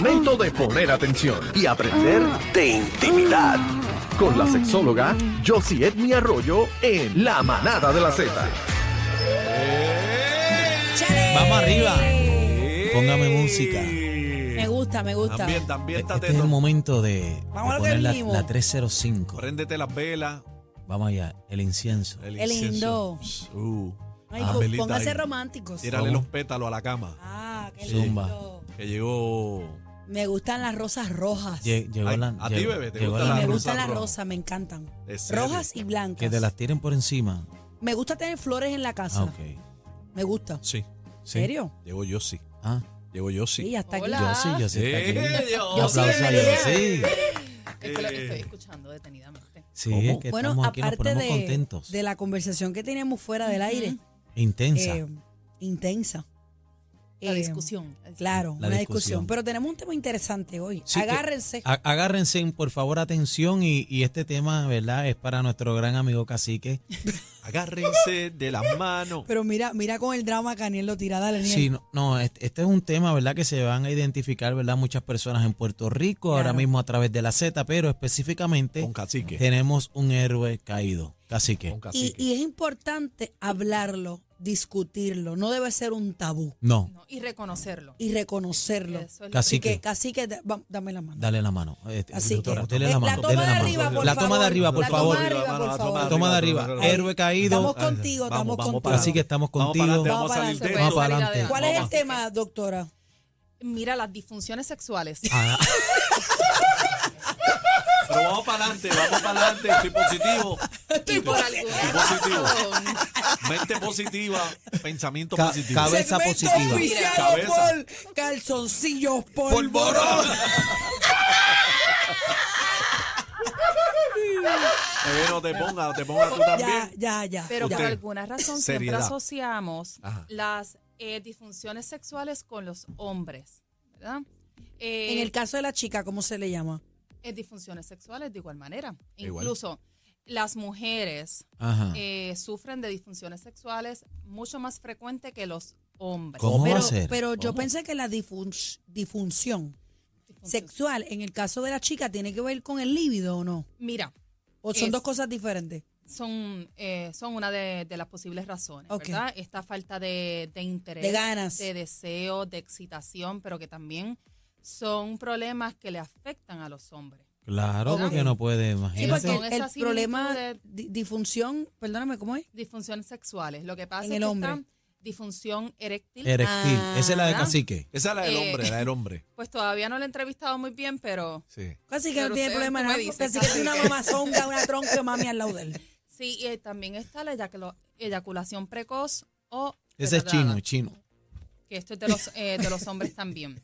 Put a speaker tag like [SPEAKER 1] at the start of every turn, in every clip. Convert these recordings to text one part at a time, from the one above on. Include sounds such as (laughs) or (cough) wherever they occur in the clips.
[SPEAKER 1] momento de poner atención y aprender de intimidad. Con la sexóloga Josie Edmi Arroyo en La Manada de la Z.
[SPEAKER 2] ¡Chale!
[SPEAKER 3] Vamos arriba. Póngame música.
[SPEAKER 2] Me gusta, me gusta.
[SPEAKER 4] También, también está
[SPEAKER 3] Este es el momento de, de
[SPEAKER 2] Vamos a lo que
[SPEAKER 3] poner la,
[SPEAKER 2] venimos.
[SPEAKER 3] la 305.
[SPEAKER 4] Préndete las velas.
[SPEAKER 3] Vamos allá, el incienso.
[SPEAKER 2] El lindo.
[SPEAKER 4] incienso. Uh,
[SPEAKER 2] Ay,
[SPEAKER 4] las
[SPEAKER 2] pon-
[SPEAKER 4] velitas
[SPEAKER 2] póngase
[SPEAKER 4] ahí.
[SPEAKER 2] románticos.
[SPEAKER 4] Tírale los pétalos a la cama.
[SPEAKER 2] Ah, qué
[SPEAKER 3] Zumba.
[SPEAKER 2] lindo.
[SPEAKER 4] Que llegó.
[SPEAKER 2] Me gustan las rosas rojas.
[SPEAKER 3] Lle- llegó
[SPEAKER 4] Ay,
[SPEAKER 3] la,
[SPEAKER 4] a ti,
[SPEAKER 3] llegó-
[SPEAKER 4] bebé, te
[SPEAKER 3] llegó
[SPEAKER 2] Y
[SPEAKER 4] gusta
[SPEAKER 2] me
[SPEAKER 3] la
[SPEAKER 4] rosas
[SPEAKER 3] luz.
[SPEAKER 2] gustan las
[SPEAKER 4] rojas.
[SPEAKER 2] rosas, me encantan.
[SPEAKER 4] ¿En serio?
[SPEAKER 2] Rojas y blancas.
[SPEAKER 3] Que te las tiren por encima.
[SPEAKER 2] Me gusta tener flores en la casa.
[SPEAKER 3] Ah, ok.
[SPEAKER 2] Me gusta. ¿En
[SPEAKER 4] Sí.
[SPEAKER 3] Sí.
[SPEAKER 2] serio?
[SPEAKER 4] Llegó yo sí.
[SPEAKER 3] Ah,
[SPEAKER 4] Llegó yo
[SPEAKER 2] Sí,
[SPEAKER 4] sí.
[SPEAKER 2] hasta aquí.
[SPEAKER 5] Hola.
[SPEAKER 3] yo sí, yo sí. está
[SPEAKER 4] Eh,
[SPEAKER 3] aquí.
[SPEAKER 4] yo
[SPEAKER 3] Un aplauso
[SPEAKER 5] sí,
[SPEAKER 3] a
[SPEAKER 5] María.
[SPEAKER 3] sí.
[SPEAKER 5] Es que lo que estoy
[SPEAKER 4] Eh.
[SPEAKER 5] escuchando detenidamente.
[SPEAKER 3] Sí,
[SPEAKER 4] ¿Cómo?
[SPEAKER 3] es que
[SPEAKER 2] Bueno,
[SPEAKER 3] estamos aquí, nos
[SPEAKER 2] aparte
[SPEAKER 3] ponemos
[SPEAKER 2] de,
[SPEAKER 3] contentos.
[SPEAKER 2] de la conversación que teníamos fuera del aire,
[SPEAKER 3] Intensa.
[SPEAKER 2] eh, intensa.
[SPEAKER 5] La
[SPEAKER 2] Eh,
[SPEAKER 5] discusión.
[SPEAKER 2] Claro,
[SPEAKER 3] La
[SPEAKER 2] una discusión.
[SPEAKER 3] discusión.
[SPEAKER 2] Pero tenemos un tema interesante hoy.
[SPEAKER 3] Sí, que-
[SPEAKER 2] Agárrense.
[SPEAKER 3] A- Agárrense, por favor, atención. Y, y este tema, ¿verdad? Es para nuestro gran amigo Cacique.
[SPEAKER 4] Agárrense de
[SPEAKER 2] (laughs)
[SPEAKER 4] las manos.
[SPEAKER 2] Pero mira, mira con el drama que Aniel lo tira. Dale, Aniel.
[SPEAKER 3] Sí, no, no, este, este es un tema, ¿verdad? Que se van a identificar, ¿verdad? Muchas personas en Puerto Rico, ahora
[SPEAKER 2] Claro.
[SPEAKER 3] mismo a través de la Z, pero específicamente
[SPEAKER 4] Con cacique.
[SPEAKER 3] tenemos un héroe caído, cacique.
[SPEAKER 4] Con
[SPEAKER 2] y,
[SPEAKER 4] cacique.
[SPEAKER 2] y es importante hablarlo, discutirlo. No debe ser un tabú.
[SPEAKER 3] No,
[SPEAKER 5] No, y reconocerlo.
[SPEAKER 2] Y reconocerlo.
[SPEAKER 5] Eso es lo-
[SPEAKER 3] Cacique.
[SPEAKER 2] Así que, casi que, va- dame la mano.
[SPEAKER 3] dale la mano. Este,
[SPEAKER 2] Así
[SPEAKER 3] doctora,
[SPEAKER 2] que,
[SPEAKER 3] dele
[SPEAKER 2] eh,
[SPEAKER 3] la
[SPEAKER 2] la
[SPEAKER 3] mano.
[SPEAKER 2] toma
[SPEAKER 3] dele
[SPEAKER 2] de
[SPEAKER 3] mano.
[SPEAKER 2] arriba, por
[SPEAKER 3] La
[SPEAKER 2] favor.
[SPEAKER 3] toma de arriba, por
[SPEAKER 2] La toma
[SPEAKER 3] favor.
[SPEAKER 2] de arriba, por favor.
[SPEAKER 3] La toma de arriba. Héroe caído.
[SPEAKER 2] Estamos contigo, estamos contigo.
[SPEAKER 3] Así que estamos contigo.
[SPEAKER 4] Vamos
[SPEAKER 2] Vamos
[SPEAKER 4] a salir de
[SPEAKER 2] para pues.
[SPEAKER 3] adelante.
[SPEAKER 4] esto.
[SPEAKER 3] Vamos para
[SPEAKER 5] Salir
[SPEAKER 2] ¿Cuál es
[SPEAKER 5] adelante.
[SPEAKER 2] el tema, doctora?
[SPEAKER 5] Mira, las disfunciones sexuales.
[SPEAKER 3] Ah,
[SPEAKER 4] Pero vamos para adelante, vamos para adelante. Estoy positivo.
[SPEAKER 5] Y por alguna
[SPEAKER 4] positivo.
[SPEAKER 5] razón,
[SPEAKER 4] Mente positiva. Pensamiento
[SPEAKER 3] Ca-
[SPEAKER 4] positivo.
[SPEAKER 3] cabe- Cabeza
[SPEAKER 2] Segmento
[SPEAKER 3] positiva.
[SPEAKER 2] oficiado
[SPEAKER 4] Cabeza.
[SPEAKER 2] por calzoncillos polvorón.
[SPEAKER 4] ¡Polvorón! Bebé, Eh, no te pongas, no te pongas tú
[SPEAKER 2] Ya,
[SPEAKER 4] también.
[SPEAKER 2] ya, ya.
[SPEAKER 5] (laughs) Pero
[SPEAKER 2] ya.
[SPEAKER 5] por
[SPEAKER 4] Usted.
[SPEAKER 5] alguna razón siempre
[SPEAKER 4] Seriedad.
[SPEAKER 5] asociamos
[SPEAKER 4] Ajá.
[SPEAKER 5] las eh, disfunciones sexuales con los hombres. ¿Verdad? Eh,
[SPEAKER 2] En el caso de la chica, ¿cómo se le llama?
[SPEAKER 5] eh, disfunciones sexuales de igual manera.
[SPEAKER 4] Igual. Ah.
[SPEAKER 5] Incluso las mujeres
[SPEAKER 3] ajá.
[SPEAKER 5] eh, sufren de disfunciones sexuales mucho más frecuente que los hombres.
[SPEAKER 3] ¿Cómo
[SPEAKER 2] pero,
[SPEAKER 3] va a ser?
[SPEAKER 2] pero yo pensé que la difun- difunción
[SPEAKER 5] Disfunciones.
[SPEAKER 2] sexual, en el caso de la chica, tiene que ver con el líbido o no?
[SPEAKER 5] Mira,
[SPEAKER 2] ¿O son
[SPEAKER 5] Es-
[SPEAKER 2] dos cosas diferentes?
[SPEAKER 5] son, eh, son una de, de las posibles razones,
[SPEAKER 2] Ok.
[SPEAKER 5] ¿verdad? Esta falta de, de interés,
[SPEAKER 2] De ganas.
[SPEAKER 5] de deseo, de excitación, pero que también son problemas que le afectan a los hombres.
[SPEAKER 3] Claro,
[SPEAKER 5] Ok.
[SPEAKER 3] porque no puede,
[SPEAKER 2] Sí,
[SPEAKER 3] imagínate.
[SPEAKER 2] porque
[SPEAKER 5] Son
[SPEAKER 2] el,
[SPEAKER 5] esas
[SPEAKER 2] problema
[SPEAKER 5] similitudes.
[SPEAKER 2] di- difunción, perdóname, ¿cómo es?
[SPEAKER 5] Disfunciones sexuales. Lo que pasa
[SPEAKER 2] En
[SPEAKER 5] es
[SPEAKER 2] el
[SPEAKER 5] que
[SPEAKER 2] hombre.
[SPEAKER 5] está disfunción eréctil.
[SPEAKER 3] Erectil.
[SPEAKER 2] Ah.
[SPEAKER 3] Esa es la de cacique.
[SPEAKER 4] Esa es la del
[SPEAKER 5] Eh.
[SPEAKER 4] hombre, la del hombre.
[SPEAKER 5] Pues todavía no lo he entrevistado muy bien, pero
[SPEAKER 4] Sí.
[SPEAKER 2] Casi que
[SPEAKER 5] Pero
[SPEAKER 2] no tiene
[SPEAKER 5] usted,
[SPEAKER 2] problema,
[SPEAKER 5] tú me
[SPEAKER 2] ¿no?
[SPEAKER 5] dices,
[SPEAKER 2] Casi que
[SPEAKER 5] casi
[SPEAKER 2] tiene una
[SPEAKER 5] que-
[SPEAKER 2] mamazonga, una tronca de mami al lado de él.
[SPEAKER 5] sí, eh, también está la eyaculo- eyaculación precoz o...
[SPEAKER 3] Ese es chino,
[SPEAKER 5] retardada.
[SPEAKER 3] chino.
[SPEAKER 5] que esto es de los, eh, de los hombres también.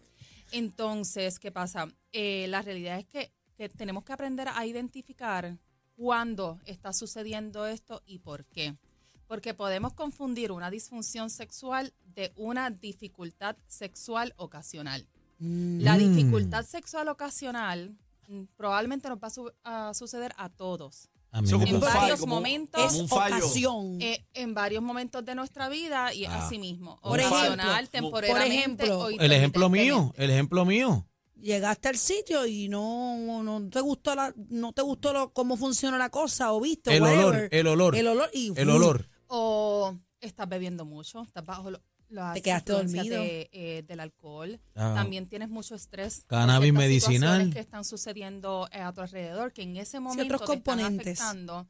[SPEAKER 5] Entonces, ¿qué pasa? Eh, la realidad es que, que tenemos que aprender a identificar cuándo está sucediendo esto y por qué. Porque podemos confundir una disfunción sexual de una dificultad sexual ocasional. La (laughs)
[SPEAKER 3] Mm.
[SPEAKER 5] dificultad sexual ocasional mm, probablemente nos va a, su- a suceder a todos.
[SPEAKER 3] A mí
[SPEAKER 4] Son
[SPEAKER 3] me
[SPEAKER 4] como
[SPEAKER 5] En
[SPEAKER 4] un
[SPEAKER 3] pasa.
[SPEAKER 4] fallo,
[SPEAKER 5] varios
[SPEAKER 4] como-
[SPEAKER 5] momentos.
[SPEAKER 2] Es
[SPEAKER 4] Como un fallo.
[SPEAKER 2] ocasión.
[SPEAKER 5] Eh, en varios momentos de nuestra vida y
[SPEAKER 4] Ah.
[SPEAKER 5] así mismo.
[SPEAKER 2] Por
[SPEAKER 5] Ocasional,
[SPEAKER 2] ejemplo,
[SPEAKER 5] temporalmente.
[SPEAKER 2] por ejemplo,
[SPEAKER 5] o
[SPEAKER 3] El ejemplo mío,
[SPEAKER 5] intermitentemente.
[SPEAKER 3] el ejemplo mío.
[SPEAKER 2] Llegaste al sitio y no, no te gustó la, no te gustó lo- cómo funciona la cosa o viste
[SPEAKER 3] El
[SPEAKER 2] whatever.
[SPEAKER 3] olor, el olor.
[SPEAKER 2] el olor y
[SPEAKER 3] El olor.
[SPEAKER 5] O estás bebiendo mucho, estás bajo lo- las
[SPEAKER 2] Te quedaste
[SPEAKER 5] influencias
[SPEAKER 2] dormido.
[SPEAKER 5] de, eh, del alcohol.
[SPEAKER 3] Ah.
[SPEAKER 5] También tienes mucho estrés. por
[SPEAKER 3] Cannabis
[SPEAKER 5] ciertas
[SPEAKER 3] medicinal.
[SPEAKER 5] situaciones que están sucediendo eh, a tu alrededor, que en ese momento te están
[SPEAKER 2] componentes.
[SPEAKER 5] afectando.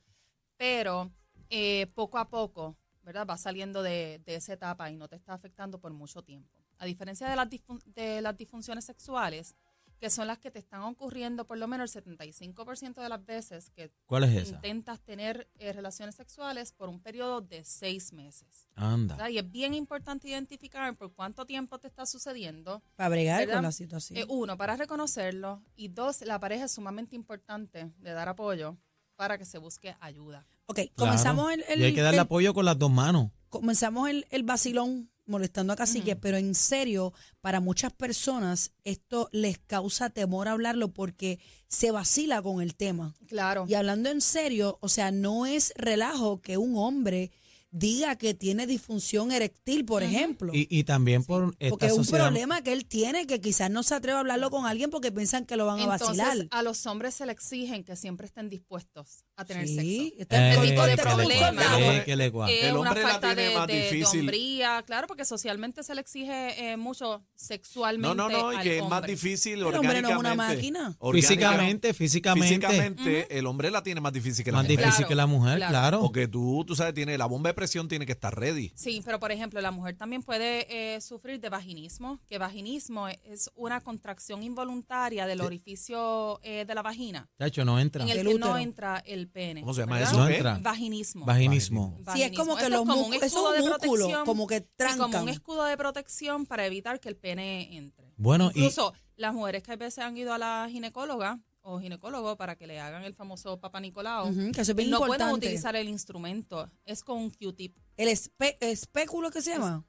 [SPEAKER 5] Pero eh, poco a poco, ¿verdad? Vas saliendo de, de esa etapa y no te está afectando por mucho tiempo. A diferencia de las, disfun- de las disfunciones sexuales, que son las que te están ocurriendo por lo menos el 75% de las veces que
[SPEAKER 3] ¿Cuál es esa?
[SPEAKER 5] intentas tener eh, relaciones sexuales por un periodo de seis meses.
[SPEAKER 4] Ah.
[SPEAKER 3] Anda.
[SPEAKER 5] ¿verdad? Y es bien importante identificar por cuánto tiempo te está sucediendo.
[SPEAKER 2] para bregar
[SPEAKER 5] ¿Verdad?
[SPEAKER 2] con la situación.
[SPEAKER 5] Eh, uno, para reconocerlo. Y dos, la pareja es sumamente importante de dar apoyo para que se busque ayuda.
[SPEAKER 2] ok, comenzamos el,
[SPEAKER 3] Claro.
[SPEAKER 2] el-
[SPEAKER 3] y hay que darle
[SPEAKER 2] el-
[SPEAKER 3] apoyo con las dos manos.
[SPEAKER 2] comenzamos el, el vacilón molestando a Cacique, pero en serio, para muchas personas esto les causa temor hablarlo porque se vacila con el tema.
[SPEAKER 5] Claro.
[SPEAKER 2] Y hablando en serio, o sea, no es relajo que un hombre diga que tiene disfunción eréctil, por ejemplo.
[SPEAKER 3] Y, y también por esta
[SPEAKER 2] porque es un
[SPEAKER 3] sociedad.
[SPEAKER 2] problema que él tiene que quizás no se atreve a hablarlo con alguien porque piensan que lo van a vacilar.
[SPEAKER 5] Entonces, a los hombres se le exigen que siempre estén dispuestos a tener
[SPEAKER 2] Sí, este
[SPEAKER 5] sexo.
[SPEAKER 2] está en
[SPEAKER 5] Eh,
[SPEAKER 2] peligro de
[SPEAKER 5] que le
[SPEAKER 2] problema.
[SPEAKER 5] cuadre,
[SPEAKER 2] Soldado.
[SPEAKER 5] que
[SPEAKER 3] que le cuadre.
[SPEAKER 5] Eh,
[SPEAKER 4] El
[SPEAKER 5] una
[SPEAKER 4] hombre la
[SPEAKER 5] falta
[SPEAKER 4] tiene
[SPEAKER 5] de,
[SPEAKER 4] más
[SPEAKER 5] de- de
[SPEAKER 4] difícil.
[SPEAKER 5] hombría, claro, porque socialmente se le exige eh, mucho
[SPEAKER 4] No,
[SPEAKER 5] sexualmente.
[SPEAKER 4] no, no, y
[SPEAKER 5] al
[SPEAKER 4] que es más
[SPEAKER 5] hombre.
[SPEAKER 4] difícil
[SPEAKER 2] hombre no es
[SPEAKER 4] orgánicamente.
[SPEAKER 2] una máquina.
[SPEAKER 4] Orgánica-
[SPEAKER 3] Físicamente, físicamente,
[SPEAKER 4] Físicamente, el hombre la tiene más difícil que la
[SPEAKER 3] Más
[SPEAKER 4] mujer.
[SPEAKER 3] difícil
[SPEAKER 5] Claro,
[SPEAKER 3] que la mujer,
[SPEAKER 5] claro.
[SPEAKER 3] claro.
[SPEAKER 4] Porque tú, tú sabes, tiene la bomba de presión tiene que estar ready.
[SPEAKER 5] Sí, pero por ejemplo, la mujer también puede eh, sufrir de vaginismo, que vaginismo es- es una contracción involuntaria del orificio eh, de la vagina,
[SPEAKER 3] Chacho, no entra.
[SPEAKER 5] en el
[SPEAKER 2] Del
[SPEAKER 5] que
[SPEAKER 2] útero.
[SPEAKER 5] no entra el pene.
[SPEAKER 4] ¿Cómo se llama
[SPEAKER 5] ¿verdad?
[SPEAKER 4] eso? ¿Eh?
[SPEAKER 3] No
[SPEAKER 4] ¿Qué?
[SPEAKER 3] entra.
[SPEAKER 5] Vaginismo.
[SPEAKER 3] Vaginismo.
[SPEAKER 2] Sí, es como que
[SPEAKER 5] Esto
[SPEAKER 2] los
[SPEAKER 5] como un
[SPEAKER 2] músculos, es
[SPEAKER 5] escudo de
[SPEAKER 2] un músculo,
[SPEAKER 5] protección.
[SPEAKER 2] como que
[SPEAKER 5] Sí, como
[SPEAKER 2] trancan.
[SPEAKER 5] un escudo de protección para evitar que el pene entre.
[SPEAKER 3] Bueno, y
[SPEAKER 5] Incluso las mujeres que a veces han ido a la ginecóloga o ginecólogo para que le hagan el famoso papá Nicolau,
[SPEAKER 2] Ujú, que eso es bien
[SPEAKER 5] no
[SPEAKER 2] importante.
[SPEAKER 5] pueden utilizar el instrumento, es con un Q-tip.
[SPEAKER 2] El espe- espéculo que se llama.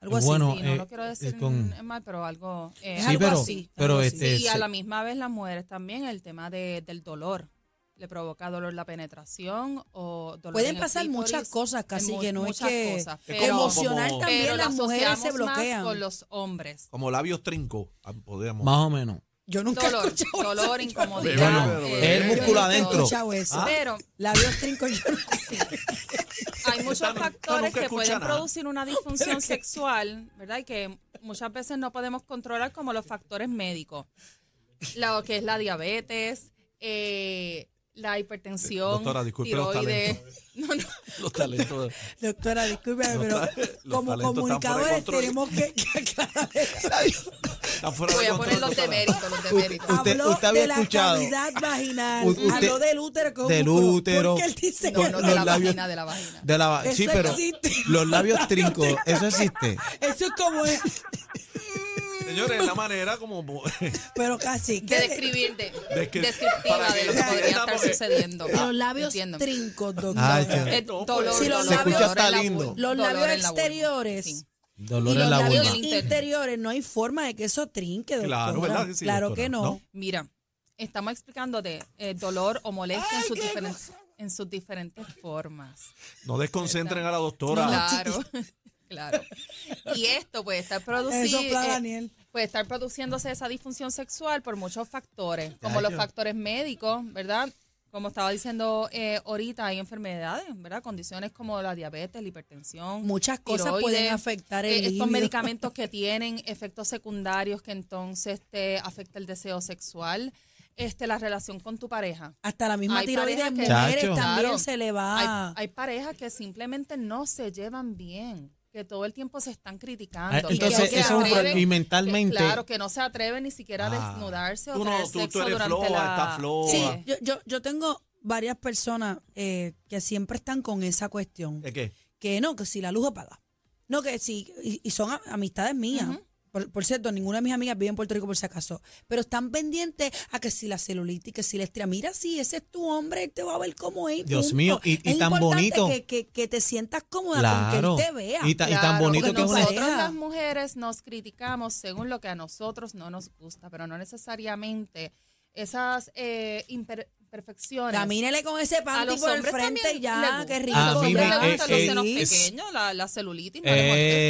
[SPEAKER 2] Algo así.
[SPEAKER 3] Bueno,
[SPEAKER 5] Sí, no
[SPEAKER 3] eh,
[SPEAKER 5] lo quiero decir
[SPEAKER 3] es con-
[SPEAKER 5] en mal, pero algo... eh,
[SPEAKER 2] Es
[SPEAKER 3] sí,
[SPEAKER 2] algo
[SPEAKER 3] pero,
[SPEAKER 2] así,
[SPEAKER 3] pero
[SPEAKER 2] algo así.
[SPEAKER 3] este,
[SPEAKER 5] y a
[SPEAKER 3] se-
[SPEAKER 5] la misma vez las mujeres también el tema de, del dolor. Le provoca dolor la penetración o dolor en
[SPEAKER 2] Pueden
[SPEAKER 5] el
[SPEAKER 2] pasar
[SPEAKER 5] clítoris,
[SPEAKER 2] muchas cosas, casi
[SPEAKER 5] mu-
[SPEAKER 2] que no es
[SPEAKER 5] muchas
[SPEAKER 2] que
[SPEAKER 5] cosas,
[SPEAKER 4] Es
[SPEAKER 5] pero-
[SPEAKER 2] emocional
[SPEAKER 4] como-
[SPEAKER 2] también
[SPEAKER 5] pero
[SPEAKER 2] las
[SPEAKER 5] lo
[SPEAKER 2] mujeres se
[SPEAKER 5] asociamos más
[SPEAKER 2] bloquean.
[SPEAKER 5] con los hombres.
[SPEAKER 4] Como labios trinco, ah, podemos.
[SPEAKER 3] más o menos.
[SPEAKER 2] Yo nunca he
[SPEAKER 5] Dolor,
[SPEAKER 2] escuchado (laughs)
[SPEAKER 5] dolor,
[SPEAKER 2] eso.
[SPEAKER 5] incomodidad.
[SPEAKER 3] Bueno,
[SPEAKER 5] eh,
[SPEAKER 3] el (laughs) músculo
[SPEAKER 5] dolor.
[SPEAKER 3] adentro. Ah.
[SPEAKER 2] escuchado eso.
[SPEAKER 5] Pero
[SPEAKER 2] Labios trinco, yo no sé.
[SPEAKER 4] (laughs)
[SPEAKER 5] hay muchos
[SPEAKER 4] Esta nu- esta
[SPEAKER 5] factores
[SPEAKER 4] nunca
[SPEAKER 5] que
[SPEAKER 4] escucha
[SPEAKER 5] pueden
[SPEAKER 4] nada. (laughs)
[SPEAKER 5] producir una disfunción sexual, ¿verdad? Y que muchas veces no podemos controlar como los factores médicos. Lo que es la diabetes, eh, la hipertensión,
[SPEAKER 4] Doctora, disculpe los
[SPEAKER 5] tiroides. No, no,
[SPEAKER 4] (laughs) Los talentos.
[SPEAKER 2] Doctora, discúlpeme,
[SPEAKER 4] Los
[SPEAKER 2] pero
[SPEAKER 4] ta- los talentos
[SPEAKER 2] como
[SPEAKER 4] están fuera de
[SPEAKER 2] comunicadores
[SPEAKER 4] control.
[SPEAKER 2] tenemos que, que
[SPEAKER 3] (laughs)
[SPEAKER 2] aclarar esto.
[SPEAKER 4] Están fuera
[SPEAKER 5] voy
[SPEAKER 4] de
[SPEAKER 5] a
[SPEAKER 4] control,
[SPEAKER 5] poner los
[SPEAKER 4] doctora.
[SPEAKER 5] deméritos, los deméritos.
[SPEAKER 3] Usted-
[SPEAKER 2] Habló
[SPEAKER 3] usted había
[SPEAKER 2] de la
[SPEAKER 3] escuchado.
[SPEAKER 2] cavidad vaginal,
[SPEAKER 3] U- usted-
[SPEAKER 2] habló del útero. que es un
[SPEAKER 3] del
[SPEAKER 2] músculo.
[SPEAKER 3] útero.
[SPEAKER 2] Porque él dice
[SPEAKER 5] No,
[SPEAKER 2] que
[SPEAKER 5] no,
[SPEAKER 3] los
[SPEAKER 5] de la
[SPEAKER 3] labios-
[SPEAKER 5] vagina, de la vagina.
[SPEAKER 3] De la,
[SPEAKER 2] Eso
[SPEAKER 3] sí, pero
[SPEAKER 2] existe. (laughs)
[SPEAKER 3] los labios trincos, eso existe.
[SPEAKER 2] Eso es como es,
[SPEAKER 4] Señores, la manera como. (laughs)
[SPEAKER 2] pero casi.
[SPEAKER 5] De
[SPEAKER 2] que-
[SPEAKER 5] describir, de,
[SPEAKER 4] Descri-
[SPEAKER 5] descriptiva
[SPEAKER 4] para
[SPEAKER 5] de
[SPEAKER 4] que
[SPEAKER 5] lo que podría
[SPEAKER 4] entienda,
[SPEAKER 5] estar
[SPEAKER 4] porque-
[SPEAKER 5] sucediendo.
[SPEAKER 2] Los labios
[SPEAKER 5] Entiendo.
[SPEAKER 2] trincos, doctora.
[SPEAKER 3] Ay, qué-
[SPEAKER 5] Eh,
[SPEAKER 4] No,
[SPEAKER 5] dolor,
[SPEAKER 2] pues. Si los
[SPEAKER 5] dolor,
[SPEAKER 2] labios-
[SPEAKER 5] dolor en la
[SPEAKER 3] Está lindo.
[SPEAKER 5] vulva,
[SPEAKER 2] Los
[SPEAKER 5] dolor
[SPEAKER 2] labios
[SPEAKER 5] en la vulva.
[SPEAKER 2] exteriores.
[SPEAKER 5] Sí.
[SPEAKER 3] Dolor
[SPEAKER 2] y los
[SPEAKER 3] en la
[SPEAKER 2] labios
[SPEAKER 3] vulva.
[SPEAKER 5] inter-
[SPEAKER 2] interiores no hay forma de que eso trinque, doctora.
[SPEAKER 4] Claro, ¿verdad que sí,
[SPEAKER 2] Claro
[SPEAKER 4] doctora?
[SPEAKER 2] que no.
[SPEAKER 4] ¿No?
[SPEAKER 5] Mira, estamos explicando de eh, dolor o molestia en sus, diferen- en sus diferentes formas.
[SPEAKER 4] No desconcentren a la doctora.
[SPEAKER 5] Claro, (laughs) claro. Y esto puede estar
[SPEAKER 2] Eso
[SPEAKER 5] producido.
[SPEAKER 2] para Daniel.
[SPEAKER 5] puede estar produciéndose esa disfunción sexual por muchos factores, como los
[SPEAKER 3] yo.
[SPEAKER 5] factores médicos, ¿verdad? Como estaba diciendo eh, ahorita, hay enfermedades, ¿verdad? Condiciones como la diabetes, la hipertensión.
[SPEAKER 2] Muchas cosas pueden afectar el
[SPEAKER 5] eh, Estos
[SPEAKER 2] libido. (laughs)
[SPEAKER 5] medicamentos que tienen efectos secundarios que entonces te afecta el deseo sexual, este la relación con tu pareja.
[SPEAKER 2] Hasta la misma
[SPEAKER 5] Hay
[SPEAKER 2] tiroides de
[SPEAKER 5] parejas que-
[SPEAKER 2] mujeres
[SPEAKER 3] Chacho.
[SPEAKER 2] también
[SPEAKER 5] Claro.
[SPEAKER 2] se le va.
[SPEAKER 3] Ah.
[SPEAKER 5] Hay, hay parejas que simplemente no se llevan bien, que todo el tiempo se están criticando.
[SPEAKER 3] Ah,
[SPEAKER 5] que
[SPEAKER 3] entonces,
[SPEAKER 5] no se
[SPEAKER 2] eso es un
[SPEAKER 5] atreven-
[SPEAKER 3] problema. Y
[SPEAKER 5] que-
[SPEAKER 3] mentalmente-
[SPEAKER 5] claro, que no se atreven ni siquiera a
[SPEAKER 4] Ah.
[SPEAKER 5] desnudarse o
[SPEAKER 4] Tú no,
[SPEAKER 5] tener
[SPEAKER 4] tú- tú
[SPEAKER 5] sexo
[SPEAKER 4] eres
[SPEAKER 5] durante
[SPEAKER 4] floja,
[SPEAKER 5] la...
[SPEAKER 4] estás floja.
[SPEAKER 2] sí,
[SPEAKER 4] Oa.
[SPEAKER 2] yo, yo, yo tengo varias personas eh, que siempre están con esa cuestión.
[SPEAKER 4] ¿De qué?
[SPEAKER 2] Que no, que si la luz apaga. No, que si. Y, y son a- amistades mías. Por, por cierto, ninguna de mis amigas vive en Puerto Rico por si acaso. Pero están pendientes a que si la celulitis, que si la estria. Mira, si ese es tu hombre, él te va a ver cómo es. y
[SPEAKER 3] Dios
[SPEAKER 2] punto.
[SPEAKER 3] mío, y- y
[SPEAKER 2] es
[SPEAKER 3] tan
[SPEAKER 2] importante
[SPEAKER 3] bonito.
[SPEAKER 2] Que, que, que te sientas cómoda
[SPEAKER 3] Claro.
[SPEAKER 2] con que él te vea.
[SPEAKER 3] Y, ta- y tan
[SPEAKER 5] Claro,
[SPEAKER 3] bonito
[SPEAKER 5] porque
[SPEAKER 3] que es una.
[SPEAKER 5] nosotros
[SPEAKER 2] pareja.
[SPEAKER 5] las mujeres nos criticamos según lo que a nosotros no nos gusta, pero no necesariamente esas eh, imper- imperfecciones.
[SPEAKER 2] Camínele con ese
[SPEAKER 5] a
[SPEAKER 2] panty
[SPEAKER 5] los
[SPEAKER 2] por el
[SPEAKER 5] hombres
[SPEAKER 2] frente y
[SPEAKER 5] también le
[SPEAKER 2] ya,
[SPEAKER 5] gusta.
[SPEAKER 2] qué rico.
[SPEAKER 5] A
[SPEAKER 3] Ah,
[SPEAKER 5] los
[SPEAKER 3] mí
[SPEAKER 5] hombres
[SPEAKER 3] me-
[SPEAKER 5] les gustan los
[SPEAKER 3] eh,
[SPEAKER 5] senos
[SPEAKER 3] eh,
[SPEAKER 5] pequeños, la, la celulitis, no les
[SPEAKER 3] Eh,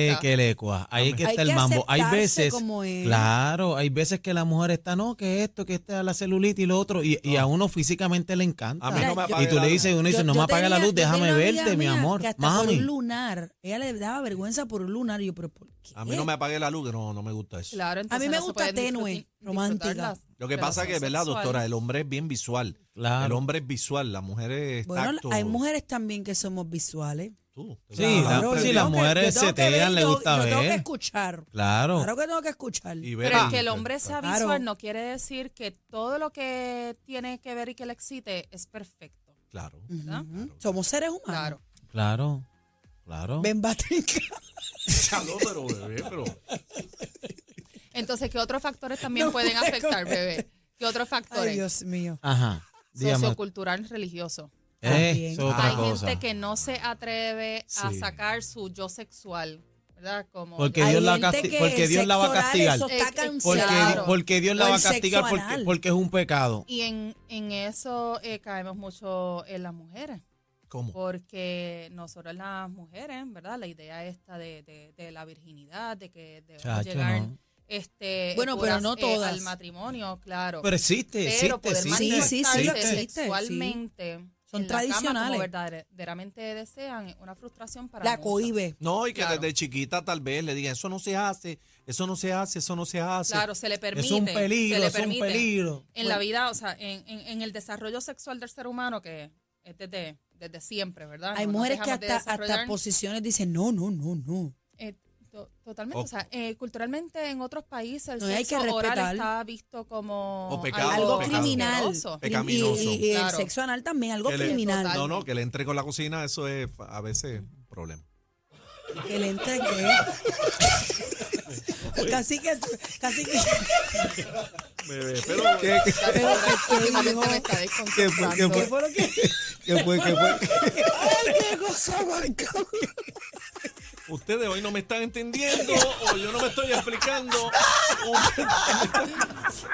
[SPEAKER 5] molesta.
[SPEAKER 3] que le cua. Ahí es que
[SPEAKER 2] Hay
[SPEAKER 3] está
[SPEAKER 2] que
[SPEAKER 3] el mambo. Hay
[SPEAKER 2] aceptarse
[SPEAKER 3] veces,
[SPEAKER 2] como es.
[SPEAKER 3] claro, hay veces que la mujer está, no, que esto, que esta la celulitis y lo otro, y, y a uno físicamente le encanta.
[SPEAKER 4] A mí
[SPEAKER 2] no me
[SPEAKER 3] y
[SPEAKER 4] apague
[SPEAKER 3] tú
[SPEAKER 4] la
[SPEAKER 3] le
[SPEAKER 4] luz.
[SPEAKER 3] dices, uno dice,
[SPEAKER 2] Yo-
[SPEAKER 3] no
[SPEAKER 2] yo
[SPEAKER 3] me apaga la
[SPEAKER 2] tenía-
[SPEAKER 3] luz,
[SPEAKER 2] yo tenía
[SPEAKER 3] déjame
[SPEAKER 2] una amiga
[SPEAKER 3] verte, mi
[SPEAKER 2] mía
[SPEAKER 3] amor.
[SPEAKER 2] Que hasta por un
[SPEAKER 3] Mami.
[SPEAKER 2] lunar. Ella le daba vergüenza por un lunar. Y yo, pero ¿por qué?
[SPEAKER 4] A mí no me apague la luz, que no, no me gusta eso.
[SPEAKER 5] Claro, entonces
[SPEAKER 2] me
[SPEAKER 5] no se
[SPEAKER 2] gusta
[SPEAKER 5] pueden
[SPEAKER 2] tenue,
[SPEAKER 5] disfruti-
[SPEAKER 2] romántica.
[SPEAKER 5] disfrutar la
[SPEAKER 4] Lo que pasa es que,
[SPEAKER 5] relación
[SPEAKER 4] ¿verdad,
[SPEAKER 5] sexual.
[SPEAKER 4] doctora? El hombre es bien visual.
[SPEAKER 3] Claro.
[SPEAKER 4] El hombre es visual, la mujer es
[SPEAKER 2] Bueno,
[SPEAKER 4] tacto.
[SPEAKER 2] hay mujeres también que somos visuales.
[SPEAKER 4] Tú, te
[SPEAKER 3] Sí,
[SPEAKER 4] gusta.
[SPEAKER 3] la-
[SPEAKER 2] Claro,
[SPEAKER 3] sí,
[SPEAKER 2] yo
[SPEAKER 3] las
[SPEAKER 2] tengo que-
[SPEAKER 3] mujeres
[SPEAKER 2] yo tengo que
[SPEAKER 3] setean,
[SPEAKER 2] ver,
[SPEAKER 3] le
[SPEAKER 2] yo-
[SPEAKER 3] gusta
[SPEAKER 2] Yo tengo que
[SPEAKER 3] ver.
[SPEAKER 2] escuchar.
[SPEAKER 3] Claro.
[SPEAKER 2] Claro que tengo que escuchar.
[SPEAKER 4] Y ver-
[SPEAKER 5] Pero el que el hombre sea
[SPEAKER 2] Claro.
[SPEAKER 5] visual no quiere decir que todo lo que tiene que ver y que le excite es perfecto,
[SPEAKER 4] Claro.
[SPEAKER 5] ¿verdad?
[SPEAKER 2] Ujú.
[SPEAKER 4] (laughs)
[SPEAKER 2] Somos seres humanos.
[SPEAKER 5] Claro.
[SPEAKER 3] Claro. Claro.
[SPEAKER 2] Ven,
[SPEAKER 5] (laughs)
[SPEAKER 2] batrinca.
[SPEAKER 4] Chalo, pero bebé, pero.
[SPEAKER 5] Entonces, ¿qué otros (laughs) factores también
[SPEAKER 2] No
[SPEAKER 5] pueden
[SPEAKER 2] puedo.
[SPEAKER 5] afectar, bebé? ¿Qué otros
[SPEAKER 2] Ay,
[SPEAKER 5] factores?
[SPEAKER 2] Dios mío.
[SPEAKER 3] Ajá. Dígame.
[SPEAKER 5] Sociocultural, religioso.
[SPEAKER 3] Eh, es
[SPEAKER 2] También.
[SPEAKER 3] otra
[SPEAKER 5] Hay
[SPEAKER 3] cosa.
[SPEAKER 5] gente que no se atreve a
[SPEAKER 4] Ah, Sí.
[SPEAKER 5] sacar su yo sexual, ¿verdad? Como
[SPEAKER 3] Porque
[SPEAKER 2] Hay
[SPEAKER 3] Dios la
[SPEAKER 2] gente
[SPEAKER 3] casti-
[SPEAKER 2] que
[SPEAKER 3] porque
[SPEAKER 2] el
[SPEAKER 3] Dios la va
[SPEAKER 2] sexo
[SPEAKER 3] a
[SPEAKER 2] oral,
[SPEAKER 3] castigar.
[SPEAKER 2] Eso está
[SPEAKER 5] Eh,
[SPEAKER 3] Porque,
[SPEAKER 5] Claro.
[SPEAKER 2] cancelado.
[SPEAKER 3] porque Dios la
[SPEAKER 2] O
[SPEAKER 3] va a
[SPEAKER 2] el sexo
[SPEAKER 3] castigar porque,
[SPEAKER 2] anal.
[SPEAKER 3] porque es un pecado.
[SPEAKER 5] Y en, en eso eh, caemos mucho en las mujeres.
[SPEAKER 3] ¿Cómo?
[SPEAKER 5] Porque nosotros las mujeres, ¿eh? ¿verdad? La idea esta de, de- de la virginidad, de que debemos
[SPEAKER 3] Chacho,
[SPEAKER 5] llegar
[SPEAKER 3] no.
[SPEAKER 5] este,
[SPEAKER 2] Bueno, pero
[SPEAKER 5] puras,
[SPEAKER 2] no
[SPEAKER 5] eh,
[SPEAKER 2] todas.
[SPEAKER 5] al matrimonio, claro.
[SPEAKER 3] Pero existe,
[SPEAKER 5] pero
[SPEAKER 3] existe,
[SPEAKER 5] poder
[SPEAKER 3] existe.
[SPEAKER 2] Sí, sí, sí,
[SPEAKER 5] manifestarse
[SPEAKER 2] existe, sí.
[SPEAKER 5] sexualmente
[SPEAKER 2] Son
[SPEAKER 5] en la cama
[SPEAKER 2] tradicionales.
[SPEAKER 5] como verdadere- verdaderamente desean es una frustración para
[SPEAKER 2] La
[SPEAKER 5] muchos.
[SPEAKER 2] cohibe.
[SPEAKER 4] No, y que
[SPEAKER 5] Claro.
[SPEAKER 4] desde chiquita tal vez le diga, eso no se hace, eso no se hace, eso no se hace.
[SPEAKER 5] Claro, se le permite.
[SPEAKER 3] Es un
[SPEAKER 5] se
[SPEAKER 3] peligro,
[SPEAKER 5] le
[SPEAKER 3] es un
[SPEAKER 5] permite.
[SPEAKER 3] peligro.
[SPEAKER 5] En la vida, o sea, en, en- en el desarrollo sexual del ser humano que es desde, desde siempre, ¿verdad?
[SPEAKER 2] Hay
[SPEAKER 5] No- no
[SPEAKER 2] mujeres que
[SPEAKER 5] dejamos de
[SPEAKER 2] hasta, hasta
[SPEAKER 5] desarrollar.
[SPEAKER 2] posiciones dicen, no, no, no, no.
[SPEAKER 5] Eh, to- totalmente, o sea, eh, culturalmente en otros países el
[SPEAKER 2] No, hay que
[SPEAKER 5] sexo
[SPEAKER 2] respetar.
[SPEAKER 5] oral está visto como
[SPEAKER 4] O pecado,
[SPEAKER 2] algo
[SPEAKER 4] pecado.
[SPEAKER 2] criminal.
[SPEAKER 5] asqueroso.
[SPEAKER 2] Y,
[SPEAKER 4] Pecaminoso.
[SPEAKER 2] y- y el
[SPEAKER 5] Claro.
[SPEAKER 2] sexo anal también, algo
[SPEAKER 4] Que le-
[SPEAKER 2] criminal.
[SPEAKER 5] Total.
[SPEAKER 4] No, no, que le entre con la cocina, eso es a veces un problema.
[SPEAKER 2] Que le entre
[SPEAKER 3] (laughs)
[SPEAKER 2] que. (laughs) casi que. Casi (laughs) que.
[SPEAKER 4] Pero, ¿Qué,
[SPEAKER 5] Pero (laughs)
[SPEAKER 2] ¿qué
[SPEAKER 5] últimamente
[SPEAKER 2] dijo?
[SPEAKER 5] me está
[SPEAKER 4] qué fue, qué
[SPEAKER 5] desconcertando.
[SPEAKER 4] fue? (laughs) ¿Qué fue, qué fue? Ustedes hoy no me están entendiendo o yo no me estoy explicando.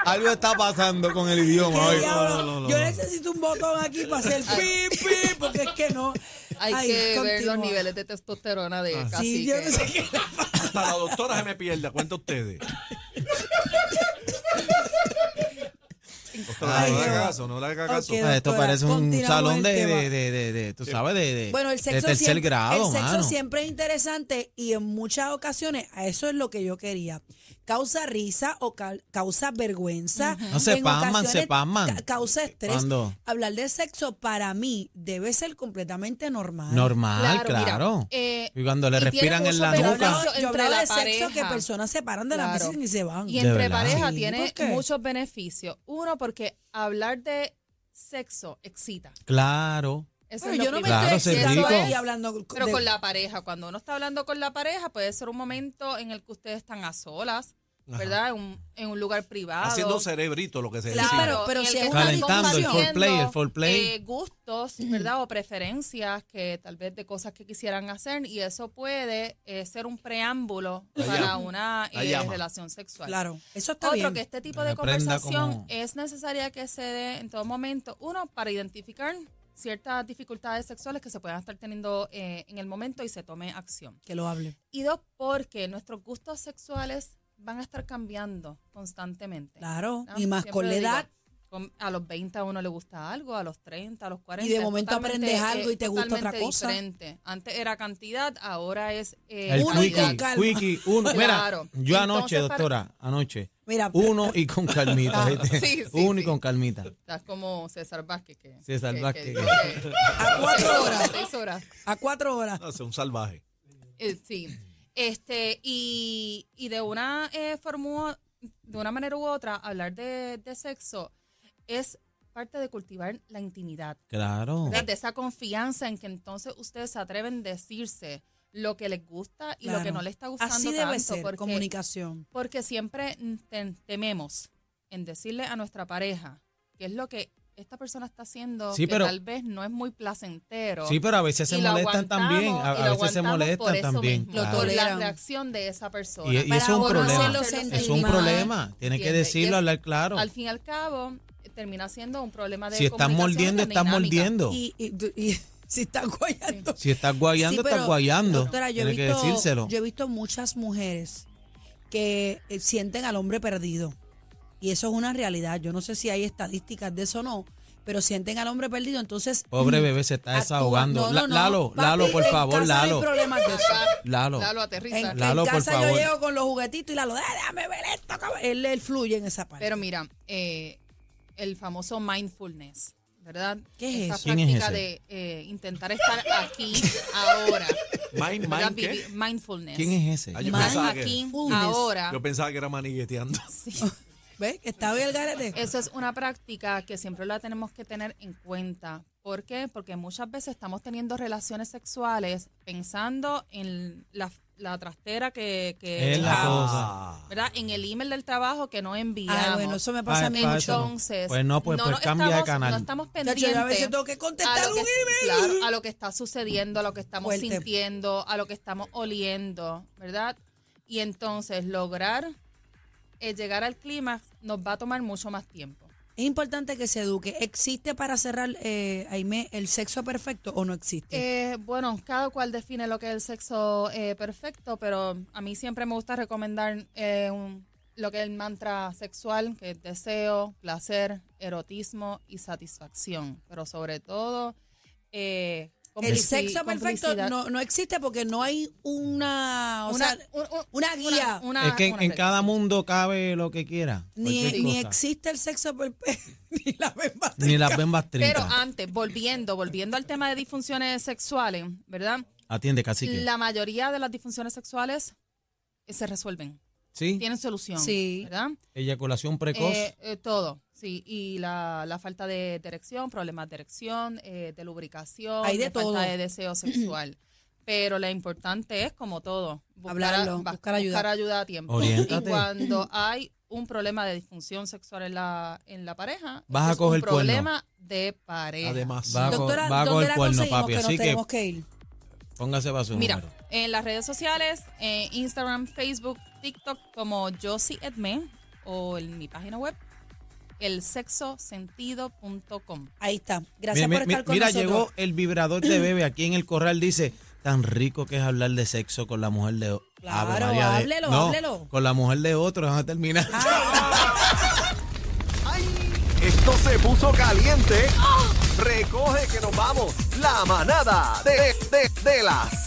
[SPEAKER 3] Algo está pasando con el idioma
[SPEAKER 2] ¿Qué
[SPEAKER 3] hoy.
[SPEAKER 2] diablo?
[SPEAKER 4] no, no, no,
[SPEAKER 2] Yo
[SPEAKER 4] no.
[SPEAKER 2] necesito un botón aquí para hacer pi, pi, porque es que no.
[SPEAKER 5] Hay
[SPEAKER 2] Ay,
[SPEAKER 5] que ver
[SPEAKER 2] continúa.
[SPEAKER 5] los niveles de testosterona de casi
[SPEAKER 2] Sí, yo no sé qué.
[SPEAKER 5] (laughs)
[SPEAKER 4] Hasta la doctora se me pierda, cuenta ustedes. Doctora,
[SPEAKER 2] Ay,
[SPEAKER 4] no le haga
[SPEAKER 2] Dios.
[SPEAKER 4] caso, no le haga caso.
[SPEAKER 2] Ok.
[SPEAKER 3] Ah, Esto
[SPEAKER 2] Doctora,
[SPEAKER 3] parece un
[SPEAKER 2] continuamos el
[SPEAKER 3] salón de,
[SPEAKER 2] tema.
[SPEAKER 3] de, de, de- de- tú sabes, de, de-
[SPEAKER 2] Bueno, el
[SPEAKER 3] de
[SPEAKER 2] sexo,
[SPEAKER 3] tercer
[SPEAKER 2] siempre,
[SPEAKER 3] grado,
[SPEAKER 2] el sexo
[SPEAKER 3] mano.
[SPEAKER 2] siempre es interesante y en muchas ocasiones a eso es lo que yo quería. Causa risa o cal- causa vergüenza.
[SPEAKER 3] No, se
[SPEAKER 2] En
[SPEAKER 3] pasman, se
[SPEAKER 2] ocasiones
[SPEAKER 3] pasman.
[SPEAKER 2] ca- Causa estrés.
[SPEAKER 3] Cuando-
[SPEAKER 2] Hablar de sexo para mí debe ser completamente normal.
[SPEAKER 3] Normal, Ah, claro.
[SPEAKER 5] mira, eh,
[SPEAKER 3] y cuando le
[SPEAKER 5] y tiene
[SPEAKER 3] respiran en
[SPEAKER 5] mucho
[SPEAKER 3] la
[SPEAKER 5] peligro.
[SPEAKER 3] nuca.
[SPEAKER 5] Eso
[SPEAKER 2] Yo
[SPEAKER 5] entre
[SPEAKER 2] hablaba
[SPEAKER 5] la
[SPEAKER 2] de sexo que
[SPEAKER 5] pareja.
[SPEAKER 2] personas se paran de la
[SPEAKER 5] Claro.
[SPEAKER 2] mesa y se van.
[SPEAKER 5] Y
[SPEAKER 3] De
[SPEAKER 5] entre
[SPEAKER 3] verdad.
[SPEAKER 5] pareja
[SPEAKER 2] Sí,
[SPEAKER 5] tiene
[SPEAKER 2] ¿por qué?
[SPEAKER 5] muchos beneficios. Uno, porque hablar de sexo excita.
[SPEAKER 3] Claro.
[SPEAKER 5] Eso
[SPEAKER 2] Bueno,
[SPEAKER 5] es lo
[SPEAKER 2] yo no me
[SPEAKER 5] primero.
[SPEAKER 3] Claro,
[SPEAKER 2] estoy
[SPEAKER 3] se
[SPEAKER 2] excitando
[SPEAKER 3] rico.
[SPEAKER 2] ahí hablando
[SPEAKER 5] Pero
[SPEAKER 2] de-
[SPEAKER 5] con la pareja, cuando uno está hablando con la pareja, puede ser un momento en el que ustedes están a solas,
[SPEAKER 4] Ajá.
[SPEAKER 5] ¿verdad? En un, en un lugar privado.
[SPEAKER 4] Haciendo cerebrito lo que se
[SPEAKER 5] Claro,
[SPEAKER 4] dice.
[SPEAKER 2] pero- pero
[SPEAKER 5] en el
[SPEAKER 2] si
[SPEAKER 5] que
[SPEAKER 2] es
[SPEAKER 5] están
[SPEAKER 2] una Calentando, el
[SPEAKER 5] compartiendo,
[SPEAKER 3] foreplay, el foreplay.
[SPEAKER 5] eh, gustos, ¿verdad? O preferencias que tal vez de cosas que quisieran hacer y eso puede eh, ser un preámbulo
[SPEAKER 4] La
[SPEAKER 5] para
[SPEAKER 4] llama,
[SPEAKER 5] una
[SPEAKER 4] la
[SPEAKER 5] eh,
[SPEAKER 4] llama.
[SPEAKER 5] relación sexual.
[SPEAKER 2] Claro, eso está
[SPEAKER 5] Otro
[SPEAKER 2] bien.
[SPEAKER 5] que este tipo
[SPEAKER 3] Que
[SPEAKER 5] de
[SPEAKER 3] aprenda
[SPEAKER 5] conversación
[SPEAKER 3] cómo-
[SPEAKER 5] es necesaria que se dé en todo momento. Uno, para identificar ciertas dificultades sexuales que se puedan estar teniendo eh, en el momento y se tome acción.
[SPEAKER 2] que lo hable.
[SPEAKER 5] Y dos, porque nuestros gustos sexuales van a estar cambiando constantemente.
[SPEAKER 2] Claro,
[SPEAKER 5] ¿no?
[SPEAKER 2] y más
[SPEAKER 5] Siempre
[SPEAKER 2] con la
[SPEAKER 5] digo,
[SPEAKER 2] edad.
[SPEAKER 5] con- a los 20 a uno le gusta algo, a los 30, a los 40.
[SPEAKER 2] Y de
[SPEAKER 5] es
[SPEAKER 2] momento
[SPEAKER 5] totalmente,
[SPEAKER 2] aprendes algo
[SPEAKER 5] eh,
[SPEAKER 2] y te gusta otra
[SPEAKER 5] totalmente
[SPEAKER 2] cosa.
[SPEAKER 5] diferente. Antes era cantidad, ahora es eh,
[SPEAKER 3] El
[SPEAKER 2] uno y
[SPEAKER 3] quickie,
[SPEAKER 5] calidad.
[SPEAKER 2] con calma.
[SPEAKER 3] quickie, uno.
[SPEAKER 5] Claro.
[SPEAKER 3] Mira, yo anoche,
[SPEAKER 5] Entonces, para-
[SPEAKER 3] doctora, anoche.
[SPEAKER 2] Mira,
[SPEAKER 3] Uno y con calmita.
[SPEAKER 5] Ah,
[SPEAKER 3] ¿viste?
[SPEAKER 5] sí, sí,
[SPEAKER 3] uno y
[SPEAKER 5] sí.
[SPEAKER 3] con calmita.
[SPEAKER 5] Estás como César Vázquez. Que,
[SPEAKER 3] César
[SPEAKER 5] que-
[SPEAKER 3] Vázquez.
[SPEAKER 5] que- que-
[SPEAKER 2] a
[SPEAKER 5] (laughs)
[SPEAKER 2] cuatro horas.
[SPEAKER 5] Seis horas.
[SPEAKER 2] A cuatro horas.
[SPEAKER 4] No, es un salvaje.
[SPEAKER 5] Eh, sí. Este, y, y de una eh, forma, de una manera u otra, hablar de, de sexo es parte de cultivar la intimidad.
[SPEAKER 2] Oh.
[SPEAKER 3] Claro.
[SPEAKER 5] ¿verdad? De esa confianza en que entonces ustedes se atreven a decirse lo que les gusta y lo
[SPEAKER 2] Claro.
[SPEAKER 5] que no les está gustando
[SPEAKER 2] Así debe
[SPEAKER 5] tanto,
[SPEAKER 2] ser
[SPEAKER 5] porque,
[SPEAKER 2] comunicación.
[SPEAKER 5] porque siempre te- tememos en decirle a nuestra pareja qué es lo que esta persona está haciendo
[SPEAKER 3] Sí,
[SPEAKER 5] que
[SPEAKER 3] pero-
[SPEAKER 5] tal vez no es muy placentero.
[SPEAKER 3] Sí, pero a veces se
[SPEAKER 5] y lo
[SPEAKER 3] molestan
[SPEAKER 5] aguantamos,
[SPEAKER 3] también.
[SPEAKER 5] y
[SPEAKER 3] A,
[SPEAKER 5] lo
[SPEAKER 3] a veces se
[SPEAKER 5] aguantamos por
[SPEAKER 3] molestan
[SPEAKER 5] eso
[SPEAKER 3] también.
[SPEAKER 5] mismo,
[SPEAKER 2] Lo
[SPEAKER 3] claro.
[SPEAKER 5] Por la
[SPEAKER 2] toleran.
[SPEAKER 5] reacción de esa persona.
[SPEAKER 3] Y, y
[SPEAKER 2] Para
[SPEAKER 3] eso es un
[SPEAKER 2] uno
[SPEAKER 3] problema.
[SPEAKER 2] hacerlo
[SPEAKER 3] Es
[SPEAKER 2] sentir
[SPEAKER 3] un
[SPEAKER 2] mal.
[SPEAKER 3] problema. Tienes que
[SPEAKER 5] Entiende. Y
[SPEAKER 3] decirlo,
[SPEAKER 5] es-
[SPEAKER 3] hablar claro.
[SPEAKER 5] Al fin y al cabo, eh, termina siendo un problema de
[SPEAKER 3] Si estás
[SPEAKER 5] comunicación
[SPEAKER 3] mordiendo,
[SPEAKER 5] y de
[SPEAKER 3] estás
[SPEAKER 5] dinámica.
[SPEAKER 3] mordiendo.
[SPEAKER 2] Y, y, tú- y- (laughs) si estás guayando.
[SPEAKER 3] Si estás guayando,
[SPEAKER 2] Sí, pero,
[SPEAKER 3] estás guayando.
[SPEAKER 2] Doctora, yo he,
[SPEAKER 3] Tienes que
[SPEAKER 2] visto,
[SPEAKER 3] decírselo.
[SPEAKER 2] yo he visto muchas mujeres que eh, sienten al hombre perdido. Y eso es una realidad. Yo no sé si hay estadísticas de eso o no, pero sienten al hombre perdido. Entonces.
[SPEAKER 3] Pobre bebé, se está
[SPEAKER 2] actúan.
[SPEAKER 3] desahogando.
[SPEAKER 2] No, no,
[SPEAKER 3] La-
[SPEAKER 2] no.
[SPEAKER 3] Lalo,
[SPEAKER 2] Papi,
[SPEAKER 3] Lalo, por
[SPEAKER 2] en
[SPEAKER 3] favor,
[SPEAKER 2] casa no hay
[SPEAKER 3] Lalo.
[SPEAKER 2] problemas (laughs) de eso.
[SPEAKER 5] Acá,
[SPEAKER 3] Lalo.
[SPEAKER 5] Lalo, aterriza.
[SPEAKER 2] En, en
[SPEAKER 3] Lalo, por
[SPEAKER 2] casa yo
[SPEAKER 3] favor.
[SPEAKER 2] llego con los juguetitos y Lalo, "Ah, déjame ver esto. cabrón". Él, él fluye en esa parte.
[SPEAKER 5] Pero mira, eh, el famoso mindfulness, ¿verdad?
[SPEAKER 2] ¿Qué es
[SPEAKER 5] Esta
[SPEAKER 2] eso?
[SPEAKER 3] ¿Quién es
[SPEAKER 5] práctica
[SPEAKER 3] ese?
[SPEAKER 5] de eh, intentar estar aquí, ahora.
[SPEAKER 4] Mind,
[SPEAKER 5] ¿verdad?
[SPEAKER 4] mind, ¿qué?
[SPEAKER 5] Vivi- Mindfulness.
[SPEAKER 3] ¿Quién es
[SPEAKER 4] Ay,
[SPEAKER 3] ese?
[SPEAKER 4] yo
[SPEAKER 2] Mind
[SPEAKER 4] pensaba que-
[SPEAKER 5] Aquí,
[SPEAKER 2] Mindfulness.
[SPEAKER 5] ahora.
[SPEAKER 4] Yo pensaba que era manigueteando.
[SPEAKER 2] ¿Ves? Que Está bien el garete.
[SPEAKER 5] Eso es una práctica que siempre la tenemos que tener en cuenta. ¿Por qué? Porque muchas veces estamos teniendo relaciones sexuales pensando en la, la trastera que, que
[SPEAKER 3] Es
[SPEAKER 4] Ah.
[SPEAKER 3] la
[SPEAKER 5] dejamos,
[SPEAKER 3] cosa.
[SPEAKER 5] ¿verdad? En el email del trabajo que no enviamos.
[SPEAKER 2] Ah, bueno, eso me pasa
[SPEAKER 3] Ay,
[SPEAKER 2] a mí
[SPEAKER 3] pa,
[SPEAKER 2] mucho.
[SPEAKER 3] eso no.
[SPEAKER 5] Entonces,
[SPEAKER 3] Pues no, pues- pues
[SPEAKER 5] nos
[SPEAKER 3] cambia de
[SPEAKER 5] estamos-
[SPEAKER 3] canal.
[SPEAKER 5] No estamos
[SPEAKER 2] Chacho,
[SPEAKER 5] pendientes.
[SPEAKER 2] yo a veces tengo que contestar
[SPEAKER 5] a
[SPEAKER 2] un
[SPEAKER 5] lo que-
[SPEAKER 2] email.
[SPEAKER 5] claro, a lo que está sucediendo, a lo que estamos
[SPEAKER 2] Fuerte.
[SPEAKER 5] sintiendo, a lo que estamos oliendo, ¿verdad? Y entonces lograr eh, llegar al clímax nos va a tomar mucho más tiempo.
[SPEAKER 2] Es importante que se eduque. ¿Existe para cerrar, eh, Aime, el sexo perfecto o no existe?
[SPEAKER 5] Eh, bueno, cada cual define lo que es el sexo eh, perfecto, pero a mí siempre me gusta recomendar eh, un- lo que es el mantra sexual, que es deseo, placer, erotismo y satisfacción. Pero sobre todo, eh,
[SPEAKER 2] el
[SPEAKER 5] complici-
[SPEAKER 2] sexo perfecto
[SPEAKER 5] complicidad.
[SPEAKER 2] no, no existe porque no hay una, o
[SPEAKER 5] Una-
[SPEAKER 2] sea,
[SPEAKER 5] un- un-
[SPEAKER 2] una guía.
[SPEAKER 5] una-
[SPEAKER 3] es que en,
[SPEAKER 5] una
[SPEAKER 3] en
[SPEAKER 5] regla,
[SPEAKER 3] cada
[SPEAKER 5] sí.
[SPEAKER 3] mundo cabe lo que quiera.
[SPEAKER 2] ni,
[SPEAKER 3] cualquier
[SPEAKER 2] ni
[SPEAKER 3] cosa.
[SPEAKER 2] existe el sexo perfecto, (laughs) ni la bemba
[SPEAKER 3] Ni las bembas
[SPEAKER 5] Pero
[SPEAKER 3] 30.
[SPEAKER 5] antes, volviendo, volviendo al tema de disfunciones sexuales, ¿verdad?
[SPEAKER 3] Atiende, cacique.
[SPEAKER 5] La mayoría de las disfunciones sexuales eh, se resuelven,
[SPEAKER 3] sí,
[SPEAKER 5] tienen solución,
[SPEAKER 2] Sí.
[SPEAKER 5] ¿verdad?
[SPEAKER 3] eyaculación precoz.
[SPEAKER 5] Eh, eh, todo, sí. Y la, la falta de, de erección, problemas de erección, eh, de lubricación,
[SPEAKER 2] Hay de todo.
[SPEAKER 5] falta
[SPEAKER 2] (clears throat)
[SPEAKER 5] de deseo sexual. Pero lo importante es, como todo,
[SPEAKER 2] Hablarlo,
[SPEAKER 5] bas-
[SPEAKER 2] buscar ayuda.
[SPEAKER 5] a tiempo.
[SPEAKER 3] Oriéntate.
[SPEAKER 5] Y
[SPEAKER 2] (clears throat)
[SPEAKER 5] cuando hay un problema de disfunción sexual en la, en la pareja,
[SPEAKER 3] Vas a
[SPEAKER 5] es
[SPEAKER 3] coger
[SPEAKER 5] un
[SPEAKER 3] cuerno.
[SPEAKER 5] problema de pareja.
[SPEAKER 4] Además.
[SPEAKER 3] Va a, co-
[SPEAKER 2] Doctora,
[SPEAKER 3] va a
[SPEAKER 2] ¿dónde
[SPEAKER 3] coger
[SPEAKER 2] la
[SPEAKER 3] cuerno,
[SPEAKER 2] conseguimos?
[SPEAKER 3] papi.
[SPEAKER 2] que
[SPEAKER 3] Así
[SPEAKER 2] nos
[SPEAKER 3] que
[SPEAKER 2] tenemos que ir.
[SPEAKER 3] póngase para su
[SPEAKER 5] Mira,
[SPEAKER 3] número.
[SPEAKER 5] en las redes sociales, eh, Instagram, Facebook, TikTok, como Josie Edme, o en mi página web, elsexosentido.com.
[SPEAKER 2] Ahí está. Gracias
[SPEAKER 3] mira,
[SPEAKER 2] por
[SPEAKER 3] mira,
[SPEAKER 2] estar con
[SPEAKER 3] mira,
[SPEAKER 2] nosotros.
[SPEAKER 3] llegó el
[SPEAKER 2] (clears throat)
[SPEAKER 3] vibrador de bebé aquí en el corral. Dice, tan rico que es hablar de sexo con la mujer de...
[SPEAKER 2] Claro,
[SPEAKER 3] Ave María, de-
[SPEAKER 2] háblelo,
[SPEAKER 3] no,
[SPEAKER 2] háblelo. Ah,
[SPEAKER 3] Con la mujer de otro, vamos a terminar.
[SPEAKER 1] Esto se puso caliente. Recoge que nos vamos. La manada de, de, de las.